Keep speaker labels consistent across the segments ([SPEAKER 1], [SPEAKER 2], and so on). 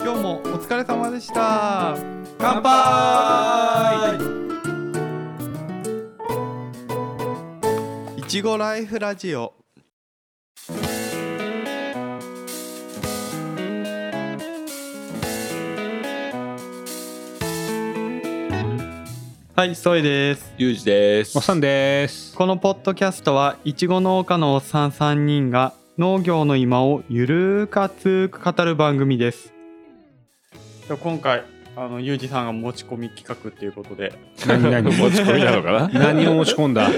[SPEAKER 1] 今日もお疲れ様でした乾
[SPEAKER 2] 乾
[SPEAKER 1] 杯いちごライフラジオはい、ソイです
[SPEAKER 2] ゆうじです。
[SPEAKER 3] おっさんです。
[SPEAKER 1] このポッドキャストはいちご農家のおっさん3人が農業の今をゆるーかつーく語る番組です今回あのゆうじさんが持ち込み企画っていうことで、
[SPEAKER 3] 何何
[SPEAKER 2] 持ち込みなのか な
[SPEAKER 3] 何を持ち込んだ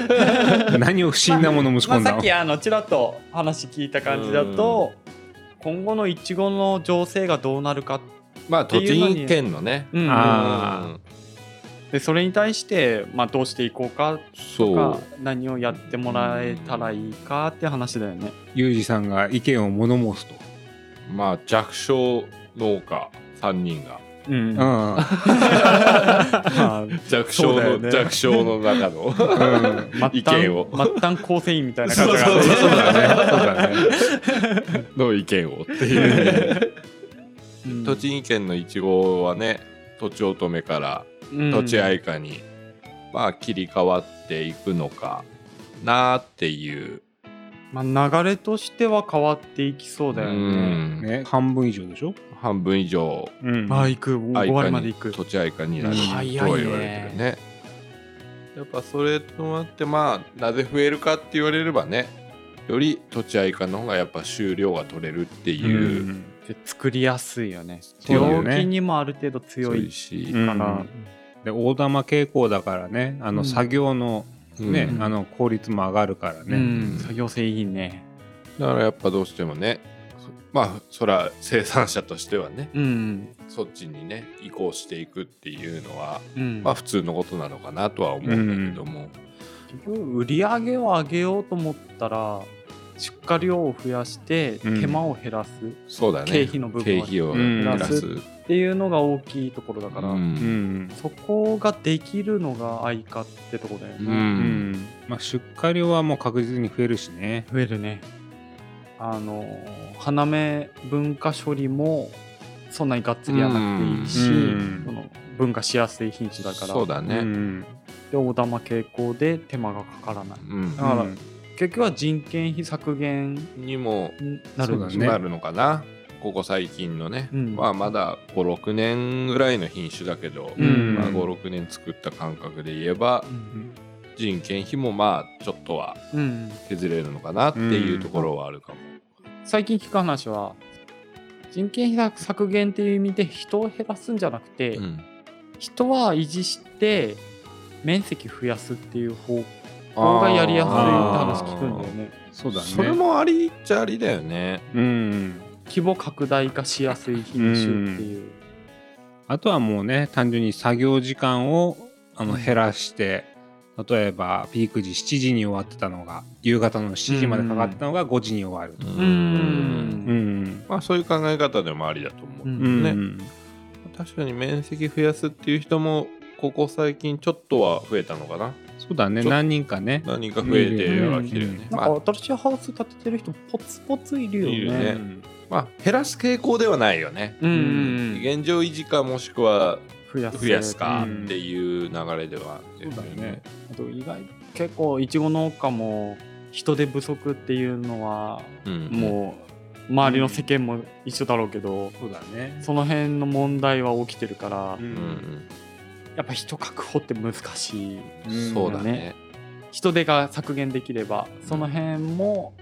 [SPEAKER 3] 何を不審なものを持ち
[SPEAKER 1] ま
[SPEAKER 3] 込
[SPEAKER 1] あ、
[SPEAKER 3] んだ
[SPEAKER 1] さっ
[SPEAKER 3] の、
[SPEAKER 1] きあのちらっと話聞いた感じだと今後のいちごの情勢がどうなるか、
[SPEAKER 2] まあ、
[SPEAKER 1] て
[SPEAKER 2] 栃
[SPEAKER 1] いうのに
[SPEAKER 2] 木県のね。
[SPEAKER 1] うん
[SPEAKER 3] あ
[SPEAKER 1] でそれに対して、まあ、どうしていこうか
[SPEAKER 2] うん
[SPEAKER 1] とか
[SPEAKER 2] そ
[SPEAKER 1] 何をやってもらえたらいいかって話だよね。
[SPEAKER 3] ユージさんが意見を物申すと。
[SPEAKER 2] う。まあ、弱小農家三人が。
[SPEAKER 1] うん
[SPEAKER 3] うん。
[SPEAKER 1] まあ
[SPEAKER 2] 弱小
[SPEAKER 1] そうだよ
[SPEAKER 2] の、
[SPEAKER 1] ね
[SPEAKER 2] 弱小の中の。
[SPEAKER 3] うん
[SPEAKER 1] 末
[SPEAKER 2] 意見
[SPEAKER 1] 端
[SPEAKER 2] を
[SPEAKER 1] 末端構成員みたいな感
[SPEAKER 2] そ
[SPEAKER 1] じ
[SPEAKER 2] う
[SPEAKER 1] が
[SPEAKER 2] そう
[SPEAKER 3] そうだね。そうだね。
[SPEAKER 2] の意見をっていう。
[SPEAKER 1] うん
[SPEAKER 2] 栃木県のいちごはね、とちおとめからとちあいかに、まあ、切り替わっていくのかなっていう。
[SPEAKER 1] うんまあ、流れとしては変わっていきそうだよ
[SPEAKER 2] う
[SPEAKER 1] ね。
[SPEAKER 2] ん
[SPEAKER 3] ね半分以上でしょ。
[SPEAKER 2] 半分以上、
[SPEAKER 3] うん
[SPEAKER 1] まあ行く
[SPEAKER 2] 愛
[SPEAKER 1] 5
[SPEAKER 2] 花
[SPEAKER 1] 割
[SPEAKER 2] に
[SPEAKER 1] まで行く。
[SPEAKER 2] 土地愛花になると
[SPEAKER 1] 早いね
[SPEAKER 2] 言われてるねやっぱそれともあってまあなぜ増えるかって言われればねより土地愛花の方がやっぱ収量が取れるって
[SPEAKER 3] う
[SPEAKER 2] いう、
[SPEAKER 3] ん。
[SPEAKER 1] で作りやすいよね。
[SPEAKER 3] そうだよ
[SPEAKER 1] 病
[SPEAKER 3] ね
[SPEAKER 1] 気にもある程度強い
[SPEAKER 2] し
[SPEAKER 3] う、ん
[SPEAKER 1] から。
[SPEAKER 3] で大玉傾向だからね、あ
[SPEAKER 1] うん
[SPEAKER 3] の作業の
[SPEAKER 2] うん
[SPEAKER 3] ね、
[SPEAKER 1] うん
[SPEAKER 3] あの効率も上がるから
[SPEAKER 1] う
[SPEAKER 3] ね。
[SPEAKER 1] ん、作業性いいね。
[SPEAKER 2] だからやっぱどうしてもねまあそら生産者としてはね
[SPEAKER 1] うん。
[SPEAKER 2] そっちにね移行していくっていうのは
[SPEAKER 1] うん
[SPEAKER 2] まあ普通のことなのかなとは思うんだけども、
[SPEAKER 1] 結局売り上げを上げようと思ったら出荷量を増やして
[SPEAKER 3] うん
[SPEAKER 1] 手間を減らすっ
[SPEAKER 2] そうだね
[SPEAKER 1] 経費の部分
[SPEAKER 2] 経
[SPEAKER 1] は
[SPEAKER 2] 費を
[SPEAKER 3] うん
[SPEAKER 2] 減らす
[SPEAKER 1] ていうのが大きいところだから、
[SPEAKER 2] うん
[SPEAKER 3] うん。
[SPEAKER 1] そこができるのが愛花ってとこだよね。
[SPEAKER 2] う
[SPEAKER 3] うんん。まあ出荷量はもう確実に増えるしね。
[SPEAKER 1] 増えるねあの花芽文化処理もそんなにがっつりやらなくていいし、
[SPEAKER 3] うん
[SPEAKER 1] その分化しやすい品種だから
[SPEAKER 2] そうだね、
[SPEAKER 3] うん。
[SPEAKER 1] で大玉傾向で手間がかからない
[SPEAKER 2] うん
[SPEAKER 1] だから
[SPEAKER 3] うん
[SPEAKER 1] 結局は人件費削減に
[SPEAKER 2] にも
[SPEAKER 1] なる
[SPEAKER 3] そうだね
[SPEAKER 2] なるのかな、ここ最近のね、
[SPEAKER 1] うん
[SPEAKER 2] まあまだ56年ぐらいの品種だけど、
[SPEAKER 1] うん
[SPEAKER 2] まあ、56年作った感覚で言えば
[SPEAKER 1] うん
[SPEAKER 2] 人件費もまあちょっとは
[SPEAKER 1] うん
[SPEAKER 2] 削れるのかなっていうところはあるかも。
[SPEAKER 1] 最近聞く話は人件費削減っていう意味で人を減らすんじゃなくて、
[SPEAKER 2] うん
[SPEAKER 1] 人は維持して面積増やすっていう方法がやりやすいって話聞くんだよね。
[SPEAKER 3] そうだね。
[SPEAKER 2] それもありっちゃありだよね。
[SPEAKER 3] うん。
[SPEAKER 1] 規模拡大化しやすい品種っていう。
[SPEAKER 3] あとはもうね単純に作業時間をあの減らして例えばピーク時7時に終わってたのが夕方の7時までかかってたのが5時に終わる。
[SPEAKER 2] う
[SPEAKER 1] うー。
[SPEAKER 3] うんん
[SPEAKER 2] まあそういう考え方でもありだと思う。
[SPEAKER 1] うん
[SPEAKER 3] うん
[SPEAKER 2] ね確かに面積増やすっていう人もここ最近ちょっとは増えたのかな。
[SPEAKER 3] そうだね
[SPEAKER 2] ちょ
[SPEAKER 3] 何人かね。
[SPEAKER 2] 何か増えてはきてるよね。
[SPEAKER 1] な
[SPEAKER 2] まあ
[SPEAKER 1] んか新しいハウス建ててる人ポツポツいるよね。
[SPEAKER 2] いるよ
[SPEAKER 3] う
[SPEAKER 2] ね
[SPEAKER 3] ん
[SPEAKER 2] まあ、減らす傾向ではないよね。
[SPEAKER 1] うんうん
[SPEAKER 2] 現状維持かもしくは
[SPEAKER 1] うん。増やす。
[SPEAKER 2] 増やすか
[SPEAKER 3] うん
[SPEAKER 2] っていう流れではあるよ
[SPEAKER 3] そうだね。
[SPEAKER 1] あと意外結構いちご農家も人手不足っていうのは
[SPEAKER 2] うん、
[SPEAKER 1] もう周りの世間も一緒だろうけど、
[SPEAKER 3] そうだね。
[SPEAKER 1] その辺の問題は起きてるから、
[SPEAKER 3] う
[SPEAKER 2] うんん
[SPEAKER 1] やっぱ人確保って難しい。
[SPEAKER 2] うん、そうだね。
[SPEAKER 1] 人手が削減できればその辺も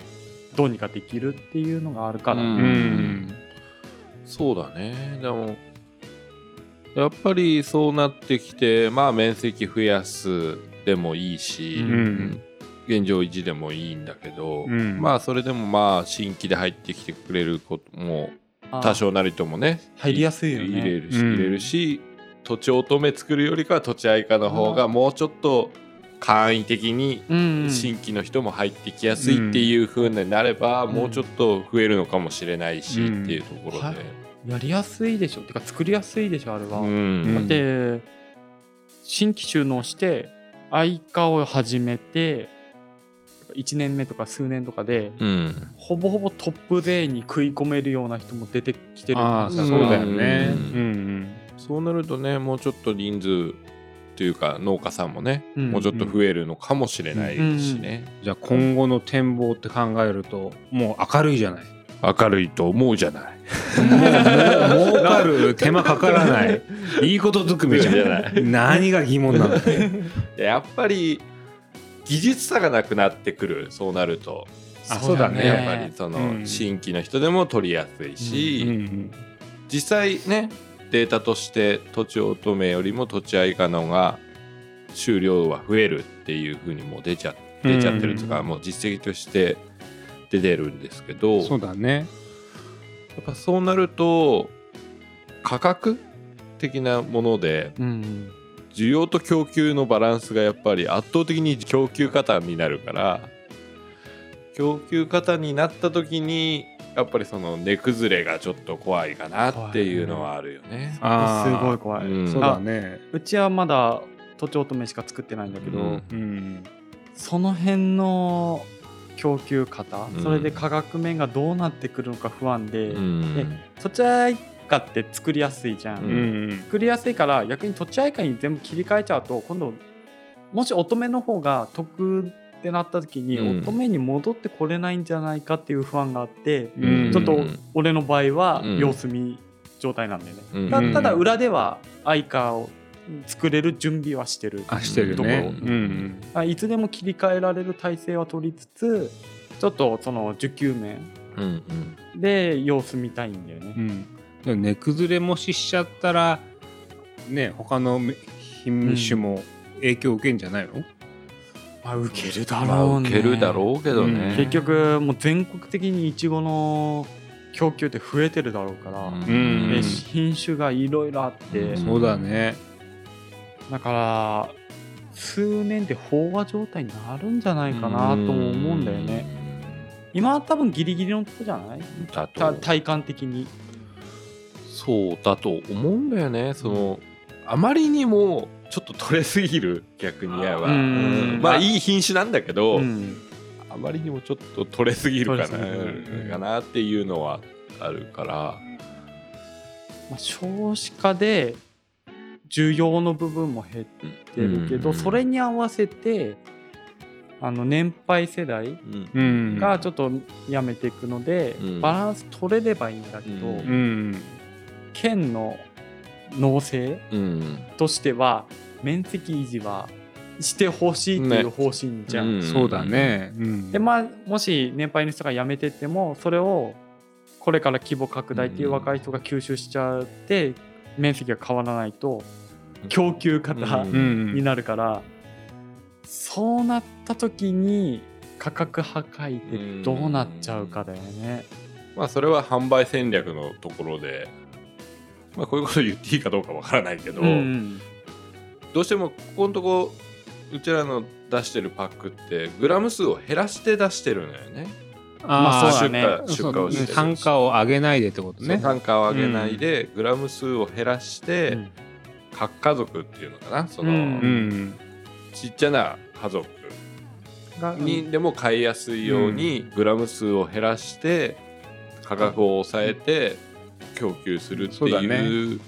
[SPEAKER 1] どうにかできるっていうのがあるから、
[SPEAKER 2] うん
[SPEAKER 3] うん
[SPEAKER 2] そうだね。でも、やっぱりそうなってきて、まあ、面積増やすでもいいし、
[SPEAKER 1] うん
[SPEAKER 2] 現状維持でもいいんだけど、
[SPEAKER 3] うん
[SPEAKER 2] まあ、それでもまあ、新規で入ってきてくれることも
[SPEAKER 1] あー
[SPEAKER 2] 多少なりともね
[SPEAKER 1] 入りやすいよね
[SPEAKER 2] 入れるし
[SPEAKER 3] うん
[SPEAKER 2] 入れるし、土地乙女作るよりかは土地愛花の方がもうちょっと簡易的に
[SPEAKER 1] うん
[SPEAKER 2] 新規の人も入ってきやすいっていう風になれば、
[SPEAKER 1] ん
[SPEAKER 2] もうちょっと増えるのかもしれないし、
[SPEAKER 3] うん
[SPEAKER 2] っていうところで、
[SPEAKER 1] やりやすいでしょてか作りやすいでしょあれは、
[SPEAKER 2] うん
[SPEAKER 1] だって新規収納して愛花を始めて1年目とか数年とかで
[SPEAKER 2] うん
[SPEAKER 1] ほぼほぼトップ勢に食い込めるような人も出てきてる
[SPEAKER 3] ああ
[SPEAKER 1] 感じか
[SPEAKER 3] そう
[SPEAKER 1] ら
[SPEAKER 3] だよ
[SPEAKER 2] う
[SPEAKER 3] ねうんんうん
[SPEAKER 2] そうなるとねもうちょっと人数というか農家さんもね、
[SPEAKER 1] うん
[SPEAKER 2] もうちょっと増えるのかもしれないしね、
[SPEAKER 3] じゃあ今後の展望って考えるともう明るいじゃない
[SPEAKER 2] 明るいと思うじゃない
[SPEAKER 3] もう 儲かる手間かからないいいことずくめじゃ
[SPEAKER 2] じゃな
[SPEAKER 3] ない 何が疑問なん だ
[SPEAKER 2] やっぱり技術差がなくなってくるそうなると、
[SPEAKER 3] あそうだ
[SPEAKER 2] やっ
[SPEAKER 3] ね
[SPEAKER 2] ぱりその、
[SPEAKER 3] うん
[SPEAKER 2] 新規の人でも取りやすいし、
[SPEAKER 3] うん
[SPEAKER 2] 実際ねデータとして土地乙女よりも土地愛花の方が収量は増えるっていうふうにもう出ちゃ出ちゃってるというか、もう実績として出てるんですけど
[SPEAKER 3] うんそうだね
[SPEAKER 2] やっぱそうなると価格的なもので
[SPEAKER 1] うん
[SPEAKER 2] 需要と供給のバランスがやっぱり圧倒的に供給過多になるから供給過多になった時にやっぱりその値崩れがちょっと怖いかなっていうのはあるよね。
[SPEAKER 3] あ
[SPEAKER 1] す
[SPEAKER 3] ー
[SPEAKER 1] ごい怖い、
[SPEAKER 2] うん
[SPEAKER 3] そうだね
[SPEAKER 1] うちはまだ都庁乙女しか作ってないんだけど、
[SPEAKER 2] うん
[SPEAKER 3] うん
[SPEAKER 1] その辺の供給方、
[SPEAKER 2] うん
[SPEAKER 1] それで価格面がどうなってくるのか不安で、
[SPEAKER 2] うん
[SPEAKER 1] え土地愛化って作りやすいじゃん、
[SPEAKER 2] う
[SPEAKER 3] うんん
[SPEAKER 1] 作りやすいから逆に土地愛化に全部切り替えちゃうと今度もし乙女の方が得ってなった時に、
[SPEAKER 2] うん
[SPEAKER 1] 乙女に戻ってこれないんじゃないかっていう不安があって、
[SPEAKER 3] うん
[SPEAKER 1] ちょっ
[SPEAKER 2] う
[SPEAKER 1] と
[SPEAKER 2] ん
[SPEAKER 1] 俺の場合は
[SPEAKER 2] うん
[SPEAKER 1] 様子見状態なんだよね、
[SPEAKER 2] うん
[SPEAKER 1] た
[SPEAKER 3] うん
[SPEAKER 1] ただ裏では愛化を作れる準備はしてる
[SPEAKER 3] あしてるね
[SPEAKER 2] ところ
[SPEAKER 3] うん
[SPEAKER 1] あいつでも切り替えられる体制は取りつつちょっとその受給面
[SPEAKER 2] うんうん
[SPEAKER 1] で様子見たいんだよ
[SPEAKER 3] う
[SPEAKER 1] ね。
[SPEAKER 3] んでも値崩れもししちゃったらね他の品種も影響受けんじゃないの
[SPEAKER 1] まあ受けるだ
[SPEAKER 2] まあ
[SPEAKER 1] ろうね。
[SPEAKER 2] 受けるだろうけど
[SPEAKER 3] う
[SPEAKER 2] ね
[SPEAKER 3] ん
[SPEAKER 1] 結局もう全国的にいちごの供給って増えてるだろうから、
[SPEAKER 3] うん
[SPEAKER 1] で品種がいろいろあって、
[SPEAKER 2] うん
[SPEAKER 3] そうだね
[SPEAKER 1] だから数年で飽和状態になるんじゃないかなとも思うんだよね。今は多分ギリギリのとこじゃない
[SPEAKER 2] うん
[SPEAKER 1] た
[SPEAKER 2] だと
[SPEAKER 1] 体感的に。
[SPEAKER 2] そうだと思うんだよねそのあまりにもちょっと取れすぎる逆にやば
[SPEAKER 1] うん
[SPEAKER 2] まあいい品種なんだけど、
[SPEAKER 1] うん
[SPEAKER 2] あまりにもちょっと取れすぎるかな
[SPEAKER 1] 取れすぎる
[SPEAKER 2] かなっていうのはあるから
[SPEAKER 1] まあ、少子化で需要の部分も減ってるけど、
[SPEAKER 2] うん
[SPEAKER 1] それに合わせてあの年配世代
[SPEAKER 2] うん
[SPEAKER 3] うん
[SPEAKER 1] がちょっとやめていくので、
[SPEAKER 2] うん
[SPEAKER 1] バランス取れればいいんだけど、
[SPEAKER 2] うん
[SPEAKER 3] うん
[SPEAKER 1] 県の農政
[SPEAKER 2] うん
[SPEAKER 1] としては面積維持はしてほしいっていう方針じゃん。
[SPEAKER 2] うん
[SPEAKER 3] そうだねうん
[SPEAKER 1] でまあ、もし年配の人が辞めてってもそれをこれから規模拡大っていう若い人が吸収しちゃって面積が変わらないと供給方
[SPEAKER 2] うん
[SPEAKER 3] うん
[SPEAKER 1] になるから、そうなった時に価格破壊ってどうなっちゃうかだよね。
[SPEAKER 2] まあそれは販売戦略のところで、まあ、こういうこと言っていいかどうかわからないけど、
[SPEAKER 1] うん
[SPEAKER 2] どうしてもここのとこうちらの出してるパックってグラム数を減らして出してるのよね。
[SPEAKER 1] まあそうだね
[SPEAKER 2] 出荷出荷をしてる
[SPEAKER 3] そう単価を上げないでってこと
[SPEAKER 2] そう
[SPEAKER 3] ね。
[SPEAKER 2] 単価を上げないで、グラム数を減らして、核家族っていうのかなその、
[SPEAKER 1] うん
[SPEAKER 3] うん、
[SPEAKER 2] ちっちゃな家族
[SPEAKER 1] がうん
[SPEAKER 2] にでも買いやすいようにグラム数を減らして価格を抑えて供給するって
[SPEAKER 3] そうだ
[SPEAKER 2] いう
[SPEAKER 3] ね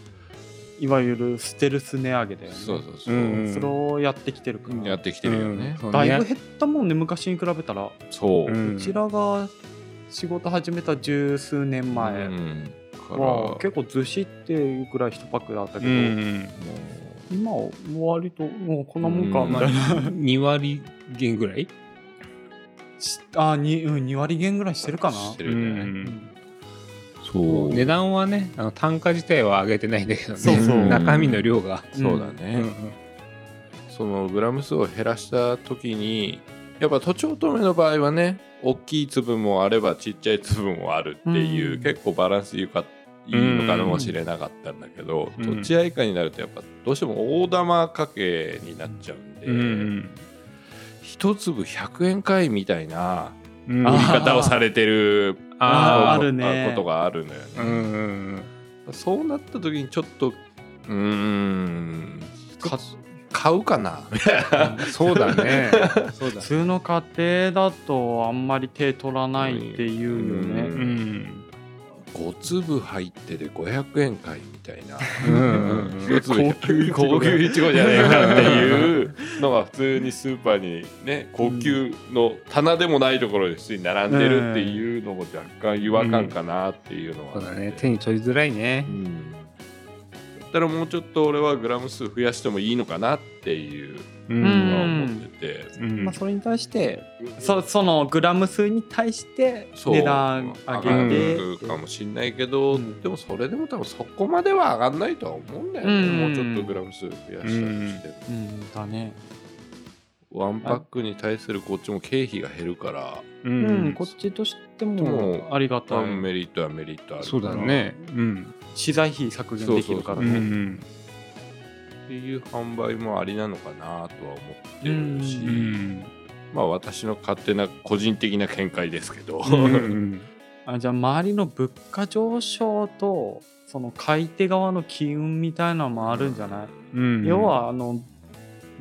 [SPEAKER 1] いわゆるステルス値上げだよね。
[SPEAKER 2] そうそうそう
[SPEAKER 3] うん
[SPEAKER 1] それをやってきてるから、
[SPEAKER 2] やってきてるよね。
[SPEAKER 3] うん
[SPEAKER 1] だいぶ減ったもんね昔に比べたら。
[SPEAKER 2] そう、
[SPEAKER 3] うん
[SPEAKER 1] うちらが仕事始めた十数年前
[SPEAKER 2] うんから
[SPEAKER 1] は結構ずしっていうくらい一パックだったけ
[SPEAKER 3] う
[SPEAKER 1] ど、
[SPEAKER 3] ん、
[SPEAKER 1] 今は割ともうこんなもんか
[SPEAKER 2] うん
[SPEAKER 1] み
[SPEAKER 3] ま
[SPEAKER 1] たいな、
[SPEAKER 3] あ、2割減ぐらい
[SPEAKER 1] しあに、うん、2割減ぐらいしてるかな
[SPEAKER 2] してるね
[SPEAKER 3] うん
[SPEAKER 2] そう
[SPEAKER 3] 値段はねあの単価自体は上げてないんだけどね
[SPEAKER 1] そうそう
[SPEAKER 3] 中身の量が、
[SPEAKER 2] そうだ
[SPEAKER 3] うん
[SPEAKER 2] ね、そのグラム数を減らした時にやっぱ都庁乙女の場合はね大きい粒もあればちっちゃい粒もあるっていう、
[SPEAKER 1] うん
[SPEAKER 2] 結構バランスいいかいいのかもしれなかったんだけど、
[SPEAKER 3] うん
[SPEAKER 2] どっち合いかになるとやっぱどうしても大玉家計になっちゃうんで、
[SPEAKER 3] うんうん
[SPEAKER 2] 一粒100円かいみたいな
[SPEAKER 3] うん、
[SPEAKER 2] 言い
[SPEAKER 1] あ
[SPEAKER 2] 方をされてる
[SPEAKER 1] あー
[SPEAKER 2] こ
[SPEAKER 1] あるね
[SPEAKER 2] ことがあるのよね。
[SPEAKER 3] うんうん
[SPEAKER 2] そうなった時にちょっとうーん
[SPEAKER 1] か
[SPEAKER 2] 買うかな
[SPEAKER 3] そうだね。そうだ
[SPEAKER 1] 普。通の家庭だとあんまり手取らないっていうよね、
[SPEAKER 2] うん
[SPEAKER 3] うん。
[SPEAKER 2] 5粒入ってで500円かいみたいな
[SPEAKER 3] うんうんうん
[SPEAKER 2] 一粒
[SPEAKER 1] 級
[SPEAKER 2] 高級いちごじゃねえかっていうのが普通にスーパーにね高級の棚でもないところで普通に並んでるっていうのも若干違和感かなっていうのはあ
[SPEAKER 3] そ
[SPEAKER 2] って、
[SPEAKER 3] うだね。手に取りづらいね
[SPEAKER 2] う。んだったらもうちょっと俺はグラム数増やしてもいいのかなっていう
[SPEAKER 3] う
[SPEAKER 2] のは
[SPEAKER 1] ん
[SPEAKER 2] 思ってて、
[SPEAKER 3] うん
[SPEAKER 1] まあ、それに対してそそのグラム数に対して
[SPEAKER 2] そう
[SPEAKER 1] 値段上げて、
[SPEAKER 2] 上がるかもしんないけど、
[SPEAKER 1] うん
[SPEAKER 2] でもそれでも多分そこまでは上がんないとは思うんだよね、
[SPEAKER 1] うん
[SPEAKER 2] もうちょっとグラム数増やしたとしても、
[SPEAKER 1] うんだね
[SPEAKER 2] ワンパックに対するこっちも経費が減るから、
[SPEAKER 3] う
[SPEAKER 1] うん、
[SPEAKER 3] ん
[SPEAKER 1] こ。っちとして
[SPEAKER 2] で
[SPEAKER 1] も
[SPEAKER 2] も
[SPEAKER 1] ありがたい、
[SPEAKER 2] メリットはメリットある
[SPEAKER 3] そうだね。うん。
[SPEAKER 1] 資材費削減できるから
[SPEAKER 3] う
[SPEAKER 1] ね
[SPEAKER 3] ん
[SPEAKER 2] っていう販売もありなのかなとは思って
[SPEAKER 1] うん
[SPEAKER 2] るし、
[SPEAKER 3] うん。うん
[SPEAKER 2] まあ私の勝手な個人的な見解ですけど、
[SPEAKER 3] うん。
[SPEAKER 1] あじゃあ周りの物価上昇とその買い手側の機運みたいなのもあるんじゃない、
[SPEAKER 3] うん
[SPEAKER 1] 要。はあの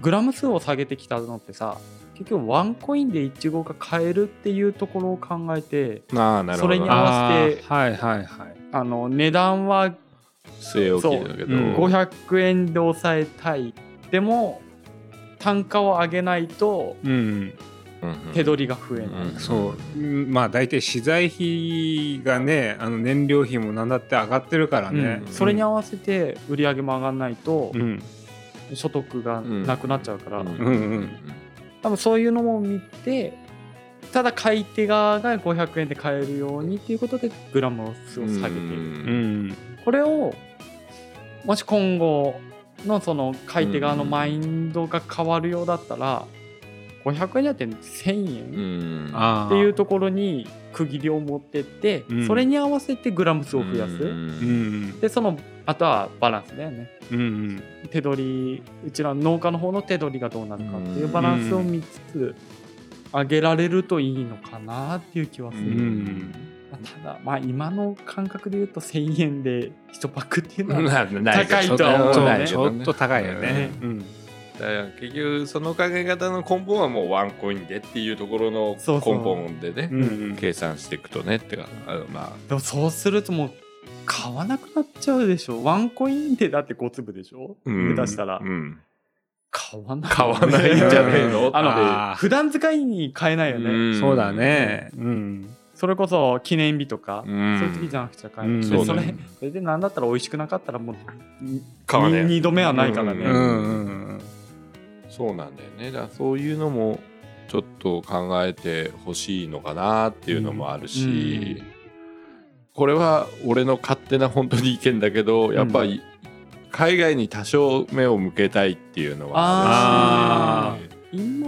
[SPEAKER 1] グラム数を下げてきたのってさ結局ワンコインでイチゴが買えるっていうところを考えて
[SPEAKER 2] ああなるほ
[SPEAKER 1] それに
[SPEAKER 2] ど
[SPEAKER 1] 合わ
[SPEAKER 3] あ
[SPEAKER 1] せて
[SPEAKER 3] ーはいはいはい。
[SPEAKER 1] あの値段は
[SPEAKER 2] 据え置きだけど、
[SPEAKER 3] そううん
[SPEAKER 1] 500円で抑えたいでも単価を上げないと
[SPEAKER 3] うん。
[SPEAKER 2] うんうん
[SPEAKER 1] 手取りが増えない、
[SPEAKER 2] うん
[SPEAKER 3] そう。うんまあ大体資材費がね、あの燃料費もなんだって上がってるからね
[SPEAKER 1] う。んそれに合わせて売り上げも上がらないと
[SPEAKER 3] うん。
[SPEAKER 1] 所得がなくなっちゃうから、
[SPEAKER 2] うん
[SPEAKER 3] うんうん
[SPEAKER 1] 多分そういうのも見てただ買い手側が500円で買えるようにっていうことでグラム数を下げている、
[SPEAKER 3] うんうん。
[SPEAKER 1] これをもし今後のその買い手側のマインドが変わるようだったら500円じゃなくて1000円、
[SPEAKER 2] うん
[SPEAKER 3] ああ。
[SPEAKER 1] っていうところに区切りを持ってって、
[SPEAKER 3] うん
[SPEAKER 1] それに合わせてグラム数を増やす、
[SPEAKER 3] うんうん。
[SPEAKER 1] でそのあとはバランスだよね
[SPEAKER 3] うんうん。
[SPEAKER 1] 手取りうちらの農家の方の手取りがどうなるかっていうバランスを見つつ上げられるといいのかなっていう気はす
[SPEAKER 2] う
[SPEAKER 1] る、
[SPEAKER 2] ん
[SPEAKER 1] まあただまあ今の感覚で言うと1,000円で1パックっていう のは、
[SPEAKER 2] うんない
[SPEAKER 1] 高い
[SPEAKER 2] ちょっ
[SPEAKER 1] とは思うね
[SPEAKER 3] ちょっと高いよね。うん。
[SPEAKER 2] だから結局その考え方の根本はもうワンコインでっていうところの
[SPEAKER 1] そう
[SPEAKER 2] 根
[SPEAKER 1] そう
[SPEAKER 2] 本でね
[SPEAKER 3] うんうん
[SPEAKER 2] 計算していくとねってかあのま
[SPEAKER 1] でもそうするともう買わなくなっちゃうでしょワンコインでだって5粒でしょ、
[SPEAKER 2] あ、うん、
[SPEAKER 1] 下手したら、
[SPEAKER 2] うん、
[SPEAKER 1] 買わない
[SPEAKER 2] 買わないんじゃねえの
[SPEAKER 1] あの
[SPEAKER 3] あー
[SPEAKER 1] 普段使いに買えないよね、
[SPEAKER 2] うん
[SPEAKER 3] そうだね。うん。
[SPEAKER 1] それこそ記念日とか、
[SPEAKER 2] うん
[SPEAKER 1] そういう時じゃなくちゃ買えない、
[SPEAKER 3] うん
[SPEAKER 1] で
[SPEAKER 2] そ
[SPEAKER 1] そう
[SPEAKER 2] だ
[SPEAKER 1] れ
[SPEAKER 2] ね
[SPEAKER 1] それで何だったら美味しくなかったらもう
[SPEAKER 2] 買わねえ
[SPEAKER 1] 2度目はないからね、
[SPEAKER 3] うんうん
[SPEAKER 2] そうなんだよねだからそういうのもちょっと考えてほしいのかなっていうのもあるし、
[SPEAKER 1] うん
[SPEAKER 2] これは俺の勝手な本当に意見だけどやっぱり海外に多少目を向けたいっていうのはあるし
[SPEAKER 1] 今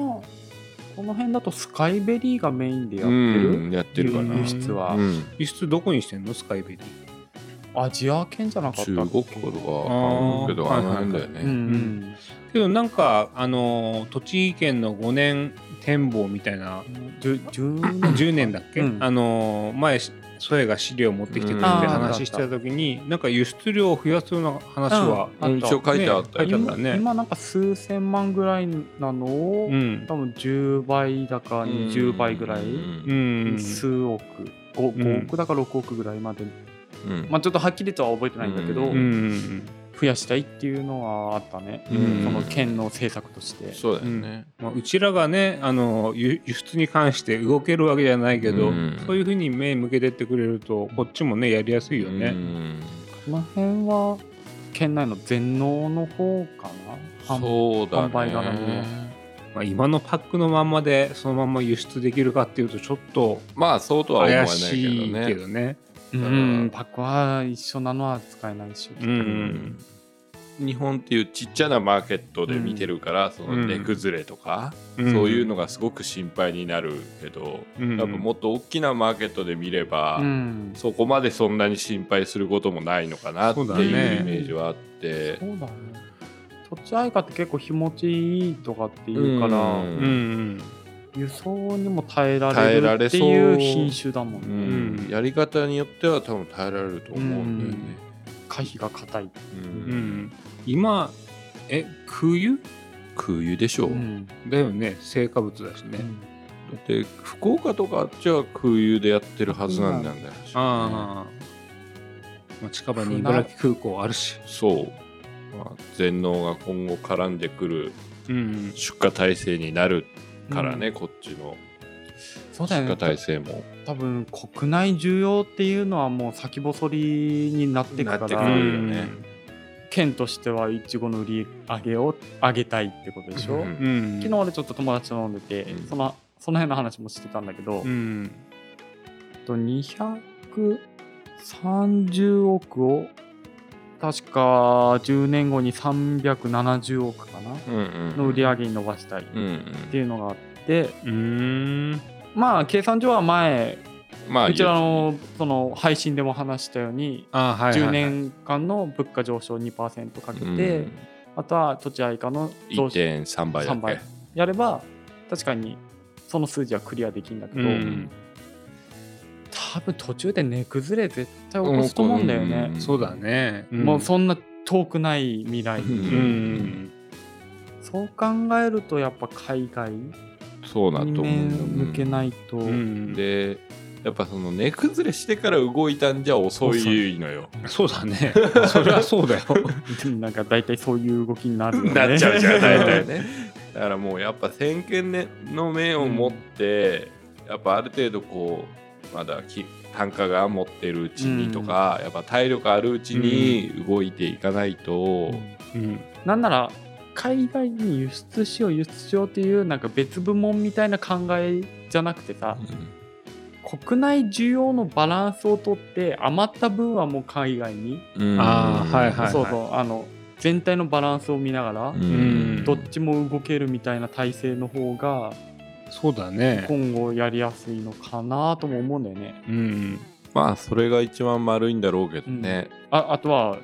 [SPEAKER 1] この辺だとスカイベリーがメインでやってる、
[SPEAKER 2] うん、やってるかな。
[SPEAKER 1] 輸出は、
[SPEAKER 2] うん
[SPEAKER 3] 輸出どこにしてんのスカイベリー。
[SPEAKER 1] アジア圏じゃなかったっけ
[SPEAKER 2] 中国とかあるけど
[SPEAKER 3] あー
[SPEAKER 2] あの辺だよね。
[SPEAKER 1] うんうん
[SPEAKER 3] けどなんかあの栃木県の5年展望みたいな
[SPEAKER 1] じゅじゅう
[SPEAKER 3] 10年だっけ、
[SPEAKER 1] うん
[SPEAKER 3] あの前添えが資料を持ってきてく
[SPEAKER 2] うん
[SPEAKER 3] れて話してた時に、なんか輸出量を増やすような話は、
[SPEAKER 1] あった
[SPEAKER 2] 一応書いてあった
[SPEAKER 3] ね書いてあっ
[SPEAKER 2] よ
[SPEAKER 3] た
[SPEAKER 1] 今
[SPEAKER 3] ね。
[SPEAKER 1] 今なんか数千万ぐらいなのを、
[SPEAKER 3] うん
[SPEAKER 1] 多分10倍だか20倍ぐらい、
[SPEAKER 2] うん
[SPEAKER 3] うん
[SPEAKER 1] 数億 5,
[SPEAKER 3] ん
[SPEAKER 1] 億だか6億ぐらいまで、
[SPEAKER 2] うん
[SPEAKER 1] まあちょっとはっきりとは覚えてないんだけど、
[SPEAKER 2] う
[SPEAKER 3] うん
[SPEAKER 1] 増やしたいっていうのはあったね、
[SPEAKER 2] うん
[SPEAKER 1] その県の政策として。
[SPEAKER 2] そうだよね。
[SPEAKER 3] まあ、うちらがねあの輸輸出に関して動けるわけじゃないけど、
[SPEAKER 2] うん
[SPEAKER 3] そういうふうに目向けてってくれるとこっちもねやりやすいよ
[SPEAKER 2] う
[SPEAKER 3] ね。
[SPEAKER 2] ん
[SPEAKER 1] この辺は県内の全農の方かな販
[SPEAKER 2] そうだ
[SPEAKER 1] 販売がね
[SPEAKER 2] ね。
[SPEAKER 3] まあ、今のパックのまんまでそのまんま輸出できるかっていうとちょっと
[SPEAKER 2] まあそうとは思わな
[SPEAKER 3] 怪
[SPEAKER 2] いけ
[SPEAKER 3] しい
[SPEAKER 2] どね。
[SPEAKER 3] けどね。
[SPEAKER 1] うんパックは一緒なのは使えないし、
[SPEAKER 3] う
[SPEAKER 2] うんん日本っていうちっちゃなマーケットで見てるから、その値崩れとか、
[SPEAKER 3] うん
[SPEAKER 2] そういうのがすごく心配になるけど、
[SPEAKER 3] うん
[SPEAKER 2] やっぱもっと大きなマーケットで見れば、
[SPEAKER 1] うん
[SPEAKER 2] そこまでそんなに心配することもないのかなっていう
[SPEAKER 3] そ
[SPEAKER 2] イ
[SPEAKER 3] うだね
[SPEAKER 2] メージはあって
[SPEAKER 1] そ。うだね土地愛花って結構日持ちいいとかっていうから、
[SPEAKER 2] うん
[SPEAKER 3] うん
[SPEAKER 1] 輸送にも耐えら
[SPEAKER 2] 耐
[SPEAKER 1] れ
[SPEAKER 2] え
[SPEAKER 1] る
[SPEAKER 2] られ
[SPEAKER 1] って
[SPEAKER 2] そう
[SPEAKER 1] いう品種だもんね、
[SPEAKER 2] うん
[SPEAKER 3] うん
[SPEAKER 2] やり方によっては多分耐えられると思うんだよね。
[SPEAKER 1] 果皮が硬い
[SPEAKER 2] うん
[SPEAKER 3] うん、今え冬
[SPEAKER 2] 空輸でしょう、
[SPEAKER 1] うん
[SPEAKER 3] だよね成果物だしね、
[SPEAKER 2] だって福岡とかあっちは空輸でやってるはずなんだよ、ね、
[SPEAKER 3] ああ、まあ、近場に茨城空港あるし
[SPEAKER 2] そう、まあ、全農が今後絡んでくる
[SPEAKER 3] うん
[SPEAKER 2] 出荷体制になるからね、
[SPEAKER 1] うん
[SPEAKER 2] こっちの
[SPEAKER 1] そうだ
[SPEAKER 2] 出
[SPEAKER 1] よ
[SPEAKER 2] 荷
[SPEAKER 1] ね
[SPEAKER 2] 体制も
[SPEAKER 1] 多分国内需要っていうのはもう先細りになっていく
[SPEAKER 2] な
[SPEAKER 1] か
[SPEAKER 2] って
[SPEAKER 1] ら
[SPEAKER 2] くるよね
[SPEAKER 1] 県としてはいちごの売り上げを上げたいってことでしょ、
[SPEAKER 2] うん
[SPEAKER 3] うん、うん、
[SPEAKER 1] 昨日俺ちょっと友達と飲んでて、
[SPEAKER 2] うん
[SPEAKER 1] そのその辺の話もしてたんだけど、
[SPEAKER 3] うん
[SPEAKER 1] と230億を確か10年後に370億かな
[SPEAKER 2] うんうん
[SPEAKER 1] の売り上げに伸ばしたいっ
[SPEAKER 2] うん
[SPEAKER 1] ていうのがあって、
[SPEAKER 3] うーん
[SPEAKER 1] まあ計算上は前
[SPEAKER 2] うんまあ
[SPEAKER 1] こちらのその配信でも話したように
[SPEAKER 3] あはいはい、
[SPEAKER 1] 10年間の物価上昇2%かけて、
[SPEAKER 2] うん、
[SPEAKER 1] あとは土地相価の増資
[SPEAKER 2] 1.3倍だっ
[SPEAKER 1] 3倍
[SPEAKER 2] け
[SPEAKER 1] やれば確かにその数字はクリアできるんだけど、
[SPEAKER 3] うん
[SPEAKER 1] 多分途中で値崩れ絶対起こすと思うんだよね。
[SPEAKER 2] うん
[SPEAKER 3] そうだね、ん
[SPEAKER 1] もうそんな遠くない未来、
[SPEAKER 2] うん
[SPEAKER 3] うん
[SPEAKER 1] そう考えるとやっぱ海外に
[SPEAKER 2] そうだと思う
[SPEAKER 1] 目向けないと、
[SPEAKER 3] うん、うん、
[SPEAKER 2] でやっぱその値崩れしてから動いたんじゃ遅いのよ
[SPEAKER 3] そうだね それはそうだよ
[SPEAKER 1] なんか大体そういう動きになるよね
[SPEAKER 2] なっちゃうじゃん
[SPEAKER 3] だ
[SPEAKER 2] 大
[SPEAKER 3] よね
[SPEAKER 2] 体ねだからもうやっぱ先見の目を持って、やっぱある程度こうまだき単価が持ってるうちにとか、やっぱ体力あるうちに動いていかないと、
[SPEAKER 3] うん
[SPEAKER 1] なんなら海外に輸出しよう輸出しようっていうなんか別部門みたいな考えじゃなくてさ、国内需要のバランスをとって余った分はもう海外に、
[SPEAKER 2] うん
[SPEAKER 3] あーはいはい
[SPEAKER 1] そうそうあの全体のバランスを見ながら、
[SPEAKER 2] うん
[SPEAKER 1] どっちも動けるみたいな体制の方が
[SPEAKER 3] そうだね
[SPEAKER 1] 今後やりやすいのかなとも思うんだよね。
[SPEAKER 3] うん
[SPEAKER 2] まあそれが一番丸いんだろうけどね、
[SPEAKER 1] ああとは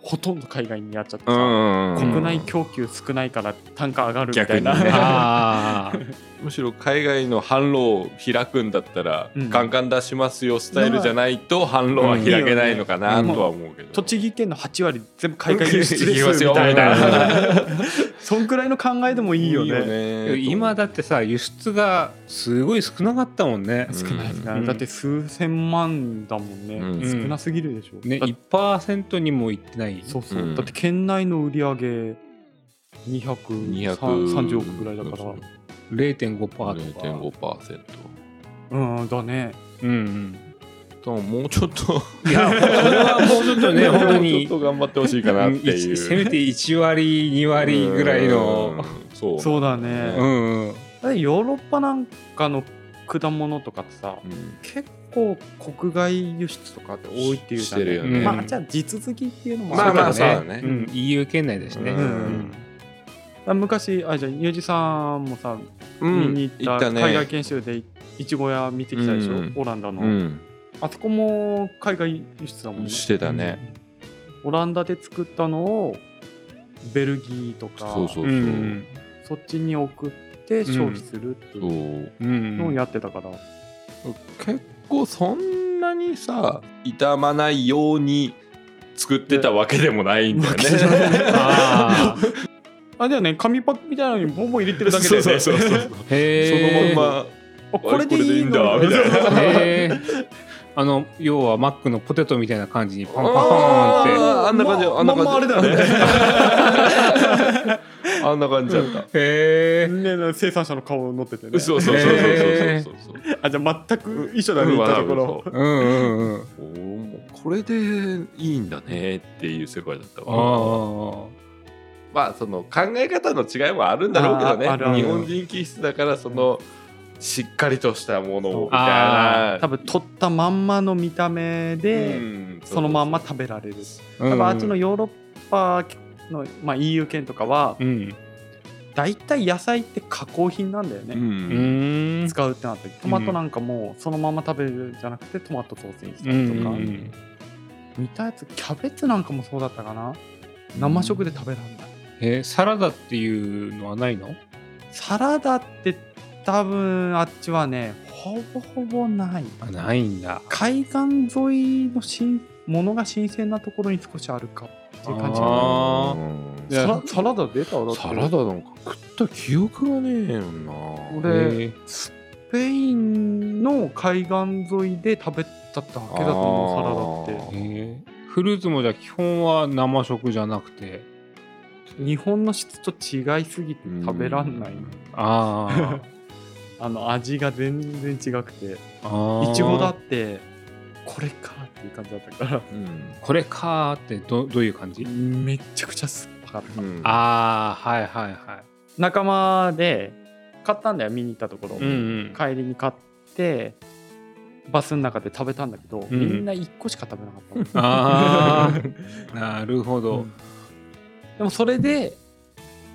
[SPEAKER 1] ほとんど海外にやっちゃって
[SPEAKER 2] う
[SPEAKER 1] さ、
[SPEAKER 2] ん
[SPEAKER 1] 国内供給少ないから単価上がるみた
[SPEAKER 2] 逆
[SPEAKER 1] い
[SPEAKER 2] に
[SPEAKER 1] な、
[SPEAKER 2] ね
[SPEAKER 3] ああ
[SPEAKER 2] むしろ海外の販路を開くんだったら、
[SPEAKER 1] うん
[SPEAKER 2] カンカン出しますよスタイルじゃないと販路は開けないのかなとは思うけど、
[SPEAKER 1] 栃木県の8割全部海外輸出で
[SPEAKER 2] 行きます
[SPEAKER 1] す
[SPEAKER 2] よ
[SPEAKER 1] みたい
[SPEAKER 3] み
[SPEAKER 1] な そんくらいの考えでもいいよね。
[SPEAKER 3] 今だってさ輸出がすごい少なかったもんね
[SPEAKER 2] うん
[SPEAKER 1] 少ない少ない
[SPEAKER 3] うん
[SPEAKER 1] だって数千万だもんね、
[SPEAKER 2] うん
[SPEAKER 1] 少なすぎるでしょ、
[SPEAKER 3] ね
[SPEAKER 1] だって
[SPEAKER 3] 1%にもいってない
[SPEAKER 1] そうそう、
[SPEAKER 2] うん
[SPEAKER 1] だって県内の売り上げ230億ぐらいだから
[SPEAKER 3] 0.5%とか
[SPEAKER 2] 0.5%
[SPEAKER 1] うんだね
[SPEAKER 3] うんうん
[SPEAKER 2] ともうちょっと
[SPEAKER 3] いやそれはもうちょっと ね本当
[SPEAKER 2] もう
[SPEAKER 3] に
[SPEAKER 2] ちょっと頑張ってほしいかなってい
[SPEAKER 3] うん
[SPEAKER 2] う
[SPEAKER 3] いせめて1割2割ぐらいの
[SPEAKER 2] うんそう
[SPEAKER 1] そうだ
[SPEAKER 3] う
[SPEAKER 1] ね、
[SPEAKER 3] んうん
[SPEAKER 1] だってヨーロッパなんかの果物とかってさ
[SPEAKER 2] うん
[SPEAKER 1] 結構国外輸出とかって多いっていうじゃん
[SPEAKER 2] してるよ
[SPEAKER 3] う
[SPEAKER 2] ね、
[SPEAKER 3] ん
[SPEAKER 1] まあじゃあ地続きっていうのも
[SPEAKER 2] まあまあ
[SPEAKER 1] るけど
[SPEAKER 2] そうだね
[SPEAKER 3] うん EU 圏内だしね
[SPEAKER 2] うん
[SPEAKER 3] うん
[SPEAKER 1] あ昔あじゃあユージさんもさ
[SPEAKER 2] う
[SPEAKER 1] 見
[SPEAKER 2] ん
[SPEAKER 1] に行った
[SPEAKER 2] ね
[SPEAKER 1] 海外研修でいちご屋見てきたでしょ、
[SPEAKER 2] うん
[SPEAKER 1] オランダの、
[SPEAKER 2] うん
[SPEAKER 1] あそこも海外輸出だもんね
[SPEAKER 2] してたね、
[SPEAKER 1] オランダで作ったのをベルギーとか
[SPEAKER 2] そうそうそう、
[SPEAKER 3] うん
[SPEAKER 1] そっちに送って消費するって
[SPEAKER 2] そ
[SPEAKER 1] いう
[SPEAKER 2] う
[SPEAKER 3] うん
[SPEAKER 1] のをやってたから、
[SPEAKER 2] 結構そんなにさ傷まないように作ってたわけでもないんだよね。
[SPEAKER 3] ああ
[SPEAKER 1] あだよね紙パックみたいなのにボンボン入れてるだけで、ね、
[SPEAKER 2] そうそうそうそう
[SPEAKER 3] へえ
[SPEAKER 2] そのまんま
[SPEAKER 1] あこれでいいの
[SPEAKER 2] あこれでいいんだみたいな
[SPEAKER 3] へえあの要はマックのポテトみたいな感じにパンパンパンっ
[SPEAKER 2] あーあんな感じ
[SPEAKER 1] ま
[SPEAKER 2] あんな感じ
[SPEAKER 1] まんまあれだよね
[SPEAKER 2] あんな感じだった。
[SPEAKER 3] てへえ
[SPEAKER 1] ね生産者の顔乗ってて ね
[SPEAKER 2] そうそうそうそうそうそうそう。
[SPEAKER 1] あじゃあ全く一緒だね、言ったところ
[SPEAKER 2] うん
[SPEAKER 3] うんうんうん
[SPEAKER 2] おーもうこれでいいんだねっていう世界だったわ。
[SPEAKER 3] あ
[SPEAKER 2] まあその考え方の違いもあるんだろうけど
[SPEAKER 1] あーあるあ
[SPEAKER 2] ね。
[SPEAKER 1] る
[SPEAKER 2] 日本人気質だからそのしっかりとしたものみたいな。
[SPEAKER 1] 多分取ったまんまの見た目で、
[SPEAKER 2] うん
[SPEAKER 1] そのまんま食べられる
[SPEAKER 3] あ
[SPEAKER 1] 多分あっちのヨーロッパの、まあ、EU 圏とかは
[SPEAKER 3] うん
[SPEAKER 1] 大体野菜って加工品なんだよね、
[SPEAKER 3] う
[SPEAKER 2] うん
[SPEAKER 3] ん
[SPEAKER 1] 使うってなった時トマトなんかもうそのまま食べるじゃなくてトマトソースにしたりとか、
[SPEAKER 3] うんうん
[SPEAKER 1] 似たやつキャベツなんかもそうだったかな生食で食べらんない
[SPEAKER 3] えサラダっていうのはないの
[SPEAKER 1] サラダって多分あっちはねほぼほぼない
[SPEAKER 3] あないんだ
[SPEAKER 1] 海岸沿いのしんものが新鮮なところに少しあるかっていう感じかな
[SPEAKER 3] あ
[SPEAKER 2] うん
[SPEAKER 1] いや
[SPEAKER 2] サラ
[SPEAKER 1] サラダ出ただって
[SPEAKER 2] サラダなんか食った記憶がねえよな
[SPEAKER 1] 俺スペインの海岸沿いで食べただけだと思うサラダっ
[SPEAKER 2] あ
[SPEAKER 1] て
[SPEAKER 2] ー
[SPEAKER 3] えーフルーツもじゃあ基本は生食じゃなくて
[SPEAKER 1] 日本の質と違いすぎて食べらんない
[SPEAKER 3] あー
[SPEAKER 1] あの味が全然違くて
[SPEAKER 3] あー
[SPEAKER 1] いちごだってこれかっていう感じだったか
[SPEAKER 2] うん
[SPEAKER 3] これかーってどどういう感じ
[SPEAKER 1] らめっちゃくちゃ酸っぱかった
[SPEAKER 2] うん
[SPEAKER 3] ああはいはいは
[SPEAKER 1] 仲間で買ったんだよ見に行ったところ、
[SPEAKER 3] い。うん
[SPEAKER 1] 帰りに買ってバスの中で食べたんだけど、
[SPEAKER 3] ん
[SPEAKER 1] みんな1個しか食べなかったの
[SPEAKER 3] あ あなるほど。
[SPEAKER 1] でもそれで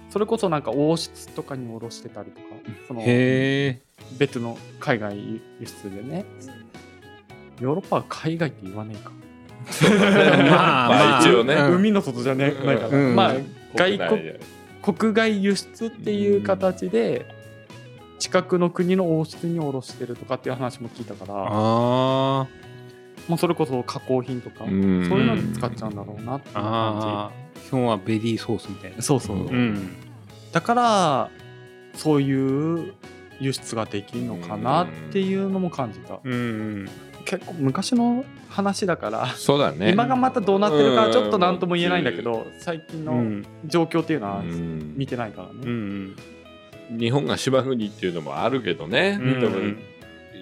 [SPEAKER 1] それこそなんか王室とかに卸してたりとかその
[SPEAKER 3] へえ。
[SPEAKER 1] 別の海外輸出でねヨーロッパは海外って言わねえか、
[SPEAKER 3] まあ
[SPEAKER 2] まあ一応ね
[SPEAKER 3] うん
[SPEAKER 1] 海の外じゃねないから、
[SPEAKER 3] うん
[SPEAKER 1] まあ
[SPEAKER 3] う
[SPEAKER 1] 外国
[SPEAKER 2] 国内で
[SPEAKER 1] 国外輸出っていう形で近くの国の王室に卸してるとかっていう話も聞いたから
[SPEAKER 3] あ
[SPEAKER 1] もうそれこそ加工品とか、
[SPEAKER 2] うん
[SPEAKER 1] そういうのに使っちゃうんだろうなっていう
[SPEAKER 3] あ
[SPEAKER 1] 感
[SPEAKER 3] ああ。基本はベリーソースみたいな
[SPEAKER 1] じ。そうそう、
[SPEAKER 2] うん
[SPEAKER 3] ん。
[SPEAKER 1] だからそういう輸出ができるのかなっていうのも感じた、
[SPEAKER 3] うん。
[SPEAKER 1] 結構昔の話だから、
[SPEAKER 2] そうだね
[SPEAKER 1] 今がまたどうなってるか
[SPEAKER 2] うん
[SPEAKER 1] ちょっと何とも言えないんだけど、最近
[SPEAKER 3] う
[SPEAKER 1] の
[SPEAKER 3] ん。
[SPEAKER 1] 状況っていうのは
[SPEAKER 2] うん
[SPEAKER 1] 見てないからね、
[SPEAKER 3] うん。
[SPEAKER 2] 日本が島国っていうのもあるけどね、
[SPEAKER 3] う
[SPEAKER 2] 多分
[SPEAKER 3] ん。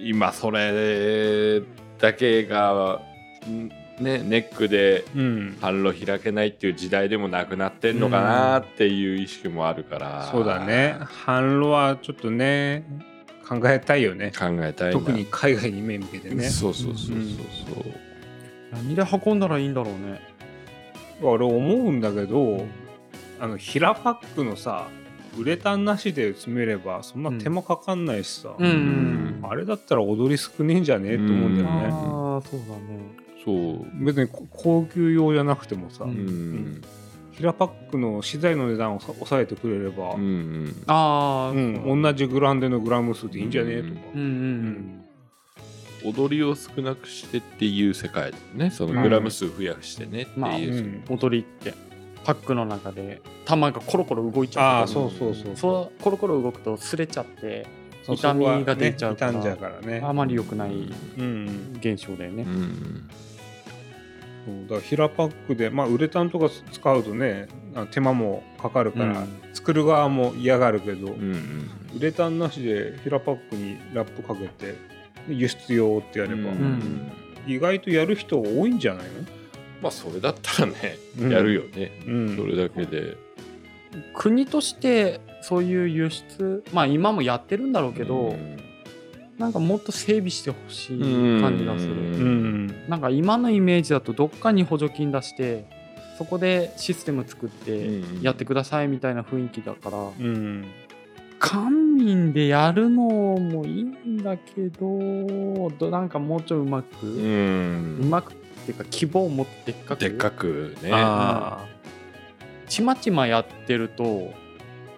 [SPEAKER 2] 今それだけが、んね、ネックで
[SPEAKER 3] うん。
[SPEAKER 2] 販路開けないっていう時代でもなくなってんのかなっていう意識もあるから、
[SPEAKER 3] そうだね。販路はちょっとね、考えたいよね。
[SPEAKER 2] 考えたいな
[SPEAKER 3] 特に海外に目向けてね。
[SPEAKER 2] そうそうそうそうそう、
[SPEAKER 1] 何で運んだらいいんだろうね
[SPEAKER 3] 俺思うんだけど、あの平パックのさ、ウレタンなしで詰めればそんな手間かかんないしさ。
[SPEAKER 1] うん
[SPEAKER 2] ん
[SPEAKER 3] あれだったら踊り少ねえんじゃねえと思うんだよね。
[SPEAKER 1] ああそうだね
[SPEAKER 2] そう
[SPEAKER 3] 別にこ高級用じゃなくてもさ、
[SPEAKER 1] う
[SPEAKER 2] うんん
[SPEAKER 3] 平パックの資材の値段をさ抑えてくれれば、
[SPEAKER 2] う
[SPEAKER 3] うん
[SPEAKER 2] ん
[SPEAKER 1] ああ、
[SPEAKER 3] 同じグランデのグラム数でいいんじゃねえとか、
[SPEAKER 1] うんうんうん
[SPEAKER 2] 踊りを少なくしてっていう世界だよねそのグラム数増やしてねって
[SPEAKER 1] まあ
[SPEAKER 2] いう、
[SPEAKER 3] うん
[SPEAKER 1] 踊りってパックの中で玉がコロコロ動いちゃ
[SPEAKER 3] あ
[SPEAKER 1] うか
[SPEAKER 3] あ
[SPEAKER 1] ら
[SPEAKER 3] そうそうそう
[SPEAKER 1] そうコロコロ動くと擦れちゃって
[SPEAKER 3] そう
[SPEAKER 1] 痛みが出ちゃう
[SPEAKER 3] そ
[SPEAKER 1] から
[SPEAKER 3] こはね傷んじゃうからね
[SPEAKER 1] あまり良くない
[SPEAKER 3] うん
[SPEAKER 1] 現象だよね
[SPEAKER 2] う、ん
[SPEAKER 3] そうだから平パックでまあウレタンとか使うとねあ手間もかかるから、
[SPEAKER 1] うん
[SPEAKER 3] 作る側も嫌がるけど、
[SPEAKER 2] うんうん
[SPEAKER 3] ウレタンなしで平パックにラップかけて輸出用ってやれば、
[SPEAKER 1] ん
[SPEAKER 3] 意外とやる人多いんじゃない
[SPEAKER 2] まあそれだったらね、
[SPEAKER 3] うん
[SPEAKER 2] やるよね
[SPEAKER 3] の、うん
[SPEAKER 2] それだけで、
[SPEAKER 1] 国としてそういう輸出まあ今もやってるんだろうけど、
[SPEAKER 2] うん
[SPEAKER 1] なんかもっと整備してほしい感じがする、
[SPEAKER 2] うん
[SPEAKER 3] うん
[SPEAKER 1] なんか今のイメージだとどっかに補助金出してそこでシステム作って
[SPEAKER 2] うん
[SPEAKER 1] やってくださいみたいな雰囲気だから、
[SPEAKER 3] うん
[SPEAKER 1] 官民でやるのもいいんだけどどなんかもうちょいうまく、
[SPEAKER 2] う、
[SPEAKER 1] うんまくっていうか希望を持ってでっかく
[SPEAKER 2] でっかくね
[SPEAKER 3] あ
[SPEAKER 1] ちまちまやってると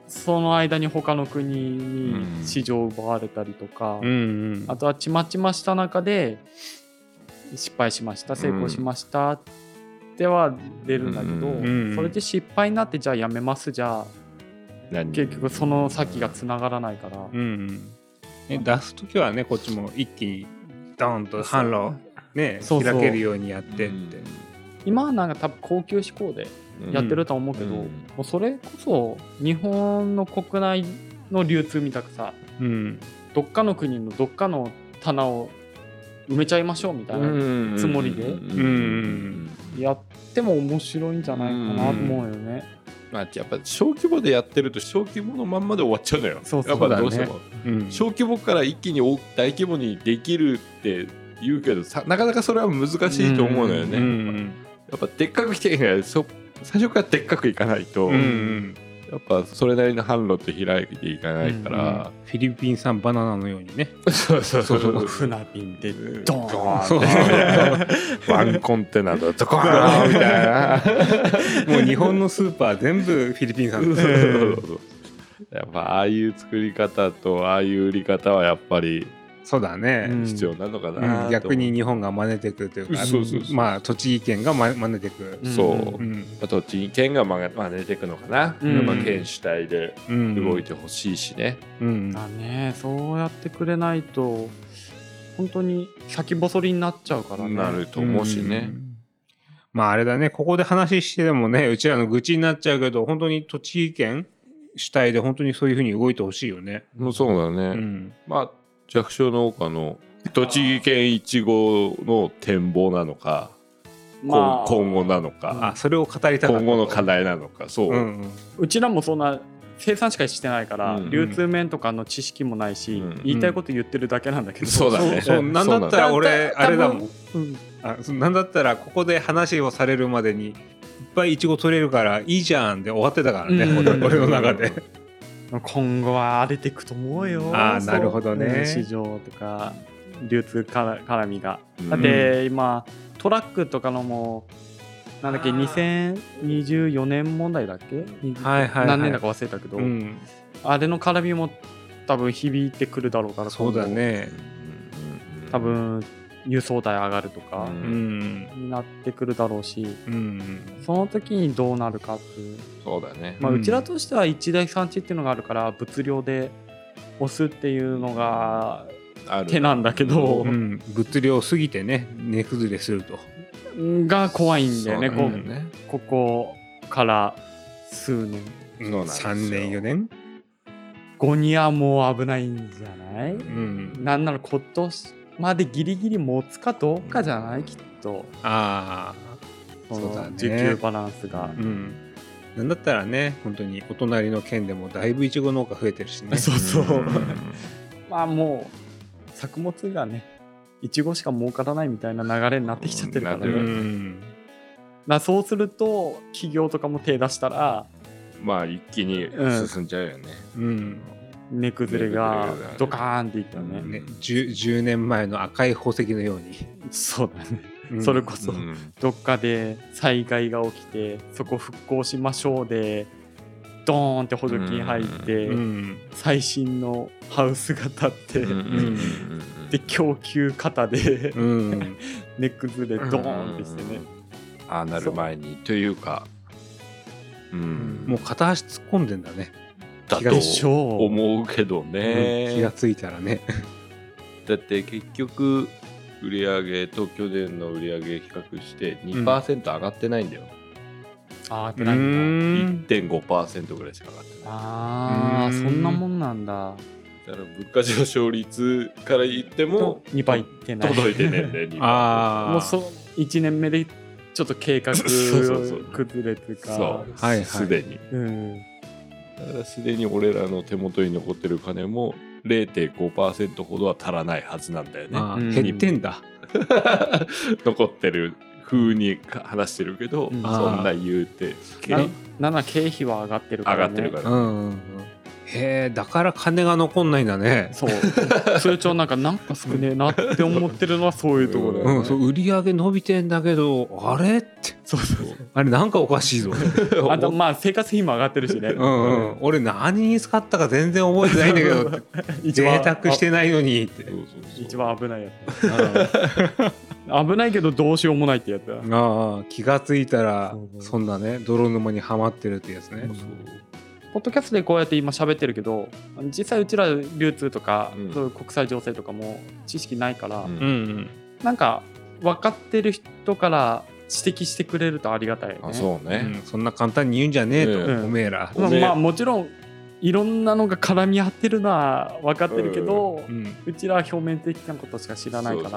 [SPEAKER 1] その間に他の国に市場を奪われたりとか、
[SPEAKER 3] あうん
[SPEAKER 1] あとはちまちました中で失敗しました成功しましたっては出るんだけど、
[SPEAKER 2] うん
[SPEAKER 3] うん
[SPEAKER 1] それで失敗になってじゃあやめますじゃあ
[SPEAKER 2] 何
[SPEAKER 1] 結局その先がつながらないから、
[SPEAKER 3] うんうんね、出す時はねこっちも一気にドーンと販路ね
[SPEAKER 1] そうそう
[SPEAKER 3] 開けるようにやってって、
[SPEAKER 1] 今はなんか多分高級志向で
[SPEAKER 2] うん
[SPEAKER 1] やってると思うけど、
[SPEAKER 2] うん
[SPEAKER 1] もうそれこそ日本の国内の流通みたくさ
[SPEAKER 3] うん
[SPEAKER 1] どっかの国のどっかの棚を埋めちゃいましょうみたいな、つもりで
[SPEAKER 2] うん
[SPEAKER 3] うん
[SPEAKER 1] やっても面白いんじゃないかなと思うよね。
[SPEAKER 2] まあ、やっぱ小規模でやってると小規模のまんまで終わっちゃうのよ
[SPEAKER 1] そうそう
[SPEAKER 2] やっぱどうして
[SPEAKER 3] そ
[SPEAKER 2] も、
[SPEAKER 3] うん
[SPEAKER 2] 小規模から一気に大大規模にできるって言うけどさなかなかそれは難しいと思うのよね、
[SPEAKER 3] うんうん
[SPEAKER 2] やっぱでっかく来てるからそ最初からでっかくいかないと、
[SPEAKER 3] うんうん
[SPEAKER 2] やっぱそれなりの販路って開いていかないから、
[SPEAKER 3] フィリピン産バナナのようにね
[SPEAKER 2] そうそうそうそう
[SPEAKER 1] 船便で
[SPEAKER 2] ド
[SPEAKER 1] ド
[SPEAKER 2] ー ン ってワンコンテナだとかみたいな
[SPEAKER 3] もう日本のスーパー全部フィリピン産
[SPEAKER 2] そうそうそうそうやっぱああいう作り方とああいう売り方はやっぱり
[SPEAKER 3] そうだね、
[SPEAKER 1] うん
[SPEAKER 2] 必要なのか
[SPEAKER 3] う
[SPEAKER 2] なと
[SPEAKER 3] ん
[SPEAKER 2] 思う
[SPEAKER 3] 逆に日本が真似てくというか
[SPEAKER 2] そうそうそう
[SPEAKER 3] まあ栃木県がま真似てく
[SPEAKER 1] うん
[SPEAKER 2] そう、
[SPEAKER 3] うん
[SPEAKER 2] まあ、栃木県がまが真似ていくのかな、
[SPEAKER 1] うん
[SPEAKER 2] まあ、県主体で
[SPEAKER 3] うん
[SPEAKER 2] 動いてほしいしね、
[SPEAKER 3] うん
[SPEAKER 1] だねそうやってくれないと本当に先細りになっちゃうからね
[SPEAKER 2] なると思うしね
[SPEAKER 3] う、んまああれだねここで話してでもねうちらの愚痴になっちゃうけど本当に栃木県主体で本当にそういうふうに動いてほしいよね。
[SPEAKER 2] もうそうだね、
[SPEAKER 3] うん
[SPEAKER 2] まあ弱小農家の栃木県いちごの展望なのか、
[SPEAKER 1] まあ
[SPEAKER 2] こん今後なのか、
[SPEAKER 3] あそれを語りたかった
[SPEAKER 2] 今後の課題なのかそう、
[SPEAKER 3] うんうん
[SPEAKER 1] うちらもそんな生産しかしてないから、
[SPEAKER 2] うん
[SPEAKER 1] 流通面とかの知識もないし、
[SPEAKER 2] うん
[SPEAKER 1] 言いたいこと言ってるだけなんだけど、
[SPEAKER 2] そう だね
[SPEAKER 3] そうなんだったら俺
[SPEAKER 1] そうなん
[SPEAKER 3] あ
[SPEAKER 1] だ
[SPEAKER 3] れだもん
[SPEAKER 1] うん
[SPEAKER 3] あそうなんだったらここで話をされるまでにいっぱいイチゴ取れるからいいじゃんで終わってたからね、
[SPEAKER 1] うん
[SPEAKER 3] 俺俺の中で。
[SPEAKER 1] 今後は荒れていくと思うよ
[SPEAKER 3] あー
[SPEAKER 1] そう
[SPEAKER 3] なるほどね
[SPEAKER 1] うん市場とか流通から絡みが
[SPEAKER 2] うん
[SPEAKER 1] だって今トラックとかのもなんだっけ
[SPEAKER 3] あー
[SPEAKER 1] 2024年問題だっけ、
[SPEAKER 3] はいはいはい
[SPEAKER 1] 何年だか忘れたけど、
[SPEAKER 3] うん、
[SPEAKER 1] あれの絡みも多分響いてくるだろうから
[SPEAKER 3] そうだね。
[SPEAKER 1] 多分輸送代上がるとか
[SPEAKER 2] う
[SPEAKER 3] うんん
[SPEAKER 1] になってくるだろうし、
[SPEAKER 3] うん
[SPEAKER 1] その時にどうなるかっていう、
[SPEAKER 2] そうだね、
[SPEAKER 1] まあ、
[SPEAKER 3] うん
[SPEAKER 1] うちらとしては一大産地っていうのがあるから物量で押すっていうのが
[SPEAKER 2] ある
[SPEAKER 1] 手なんだけど
[SPEAKER 3] う、ん、物量すぎてね値崩れすると。
[SPEAKER 1] が怖いんだよね
[SPEAKER 2] そう
[SPEAKER 1] こ
[SPEAKER 2] なんだよね
[SPEAKER 1] ここから数年
[SPEAKER 2] そうなんですよ
[SPEAKER 3] 3年4年、
[SPEAKER 1] 後にはもう危ないんじゃない、
[SPEAKER 3] うん、
[SPEAKER 1] なんなら今年までギリギリ持つかどうかじゃないきっと
[SPEAKER 3] ああ
[SPEAKER 1] そ
[SPEAKER 3] そうだ
[SPEAKER 1] の
[SPEAKER 3] ね
[SPEAKER 1] 需給バランスが。
[SPEAKER 3] うんなんだったらね本当にお隣の県でもだいぶいちご農家増えてるしね
[SPEAKER 1] そうそうんまあもう作物がねいちごしか儲からないみたいな流れになってきちゃってるから
[SPEAKER 2] なって
[SPEAKER 1] ね、
[SPEAKER 2] る
[SPEAKER 1] だ
[SPEAKER 3] う
[SPEAKER 1] か
[SPEAKER 3] ん
[SPEAKER 1] らそうすると企業とかも手出したら
[SPEAKER 2] まあ一気に進んじゃうよね、
[SPEAKER 3] うん
[SPEAKER 1] 値崩れが
[SPEAKER 2] 値崩れがね
[SPEAKER 1] ドカーンっていったね、
[SPEAKER 3] ね、10, 10年前の赤い宝石のように、
[SPEAKER 1] そうだね、
[SPEAKER 3] うん
[SPEAKER 1] それこそ
[SPEAKER 2] うん
[SPEAKER 1] どっかで災害が起きてそこ復興しましょうでドーンって補助金入って、
[SPEAKER 3] うん
[SPEAKER 1] 最新のハウスが建って、
[SPEAKER 2] うんうんうんうん
[SPEAKER 1] で供給型で
[SPEAKER 3] うん、
[SPEAKER 1] 値崩れドーンってしてね、
[SPEAKER 2] ああなる前にというかうん
[SPEAKER 3] もう片足突っ込んでんだね、
[SPEAKER 2] だ
[SPEAKER 3] 気が
[SPEAKER 2] と
[SPEAKER 1] でしょう
[SPEAKER 2] 思うけどね、
[SPEAKER 3] 気がついたらね
[SPEAKER 2] だって結局売上東京での売上比較して2%上がってないんだよ、
[SPEAKER 1] ああ
[SPEAKER 3] う
[SPEAKER 1] てなんだ
[SPEAKER 3] ん
[SPEAKER 2] 1.5%ぐらいしか上がってない
[SPEAKER 1] ああ
[SPEAKER 3] う
[SPEAKER 1] そ
[SPEAKER 3] ーん
[SPEAKER 1] んなもんなんだ
[SPEAKER 2] だから物価上昇率から言っても
[SPEAKER 1] 2倍いってない
[SPEAKER 2] 届いてねえんだよ2%
[SPEAKER 3] あー
[SPEAKER 1] もうそ1年目でちょっと計画
[SPEAKER 2] そうそうそう
[SPEAKER 1] 崩れとか
[SPEAKER 2] そう
[SPEAKER 3] はいはい
[SPEAKER 2] すでに
[SPEAKER 1] うん、
[SPEAKER 2] だからすでに俺らの手元に残ってる金も0.5%ほどは足らないはずなんだよね
[SPEAKER 3] ああ
[SPEAKER 1] うん
[SPEAKER 3] 減ってんだ、
[SPEAKER 2] 残ってる風にか話してるけど、
[SPEAKER 1] うん
[SPEAKER 2] そんな言うて経
[SPEAKER 1] な
[SPEAKER 2] 費
[SPEAKER 1] なんなら経費は上がってるか
[SPEAKER 2] 上
[SPEAKER 1] ら、
[SPEAKER 2] が
[SPEAKER 1] ね、
[SPEAKER 2] ってるから、
[SPEAKER 3] うんうんうんへえだから金が残んないんだね
[SPEAKER 1] そう通帳なんかなんか少ねえなって思ってるのはそういうところだよね、
[SPEAKER 3] うん、そう売り上げ伸びてんだけどあれって
[SPEAKER 1] そうそう
[SPEAKER 3] あれなんかおかしい ぞ、
[SPEAKER 1] あとまあ生活費も上がってるしね、
[SPEAKER 3] うんうん、俺何に使ったか全然覚えてないんだけどって
[SPEAKER 1] 一番
[SPEAKER 3] 贅沢してないのにって
[SPEAKER 2] そうそうそう
[SPEAKER 1] 一番危ないや
[SPEAKER 3] あ
[SPEAKER 1] つ危ないけどどうしようもないってやつだ
[SPEAKER 3] あ気がついたら
[SPEAKER 1] そうそう
[SPEAKER 3] そんなね泥沼にはまってるってやつね
[SPEAKER 1] ポッドキャストでこうやって今喋ってるけど実際うちら流通とか、
[SPEAKER 2] うん
[SPEAKER 1] そういう国際情勢とかも知識ないから、
[SPEAKER 2] うん
[SPEAKER 3] うん
[SPEAKER 1] なんか分かってる人から指摘してくれるとありがたいよね
[SPEAKER 2] あそう
[SPEAKER 3] うん、
[SPEAKER 2] ね、
[SPEAKER 3] そんな簡単に言うんじゃねえと、
[SPEAKER 2] うん
[SPEAKER 3] おめえら、
[SPEAKER 1] まあ、
[SPEAKER 2] ね
[SPEAKER 1] まあもちろんいろんなのが絡み合ってるのは分かってるけど、
[SPEAKER 3] うん
[SPEAKER 1] うちらは表面的なことしか知らないから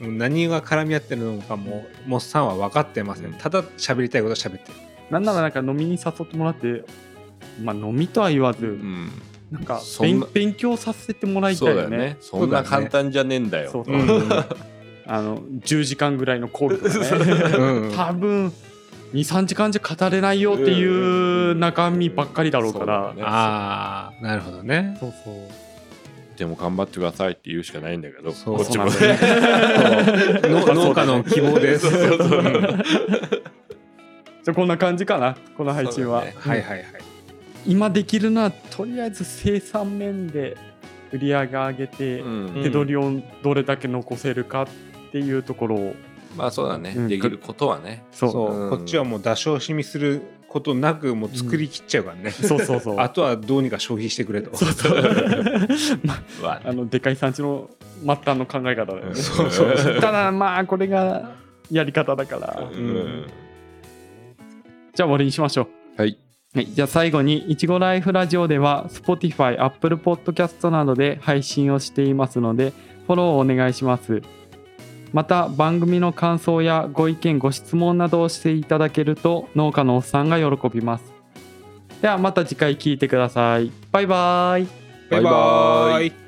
[SPEAKER 2] そう
[SPEAKER 3] もう何が絡み合ってるのかももっさんは分かってません、
[SPEAKER 2] うん
[SPEAKER 3] ただ喋りたいこと喋ってる
[SPEAKER 1] なんならなんか飲みに誘ってもらってまあ飲みとは言わず、
[SPEAKER 2] うん
[SPEAKER 1] なんか
[SPEAKER 2] そん
[SPEAKER 1] 勉
[SPEAKER 2] な
[SPEAKER 1] 勉強させてもらい
[SPEAKER 2] そ
[SPEAKER 1] た
[SPEAKER 2] う
[SPEAKER 1] い
[SPEAKER 2] だ
[SPEAKER 1] よ
[SPEAKER 2] よ
[SPEAKER 1] ね
[SPEAKER 2] ねそんな簡単じゃねえんだよ
[SPEAKER 1] そうそう
[SPEAKER 2] うん
[SPEAKER 1] あの10時間ぐらいのコール とかね
[SPEAKER 3] うん
[SPEAKER 1] 多分23時間じゃ語れないよっていう中身ばっかりだろうから、
[SPEAKER 2] そうだね
[SPEAKER 3] ああなるほどね
[SPEAKER 1] そうそう
[SPEAKER 2] でも頑張ってくださいって言うしかないんだけど
[SPEAKER 3] そう
[SPEAKER 2] こっちも
[SPEAKER 1] そうなんだよね
[SPEAKER 3] 農農家の希望です
[SPEAKER 2] そうそうそう
[SPEAKER 3] うん
[SPEAKER 1] じゃあこんな感じかなこの配信は、
[SPEAKER 2] そうだね
[SPEAKER 3] はいはいはい
[SPEAKER 1] 今できるのはとりあえず生産面で売り上げ上げて、
[SPEAKER 2] うん
[SPEAKER 1] 手取りをどれだけ残せるかっていうところを
[SPEAKER 2] まあそうだね、
[SPEAKER 1] うん
[SPEAKER 2] できることはね
[SPEAKER 1] そう
[SPEAKER 3] そう、
[SPEAKER 2] うん
[SPEAKER 3] こっちはもう出し惜しみすることなくもう作り切っちゃうから ね、
[SPEAKER 1] そうそうそう
[SPEAKER 3] あとはどうにか消費してくれと
[SPEAKER 1] そうそう ま
[SPEAKER 2] は
[SPEAKER 1] あのでかい産地の末端の考え方だよね、
[SPEAKER 2] そうそうそう
[SPEAKER 1] ただまあこれがやり方だから
[SPEAKER 2] うんん
[SPEAKER 1] じゃあ終わりにしましょう
[SPEAKER 2] はい
[SPEAKER 1] はい、じゃあ最後に、いちごライフラジオでは、Spotify、Apple Podcast などで配信をしていますので、フォローをお願いします。また、番組の感想やご意見、ご質問などをしていただけると、農家のおっさんが喜びます。では、また次回聞いてください。バイバイ。
[SPEAKER 2] バイバーイ
[SPEAKER 3] イ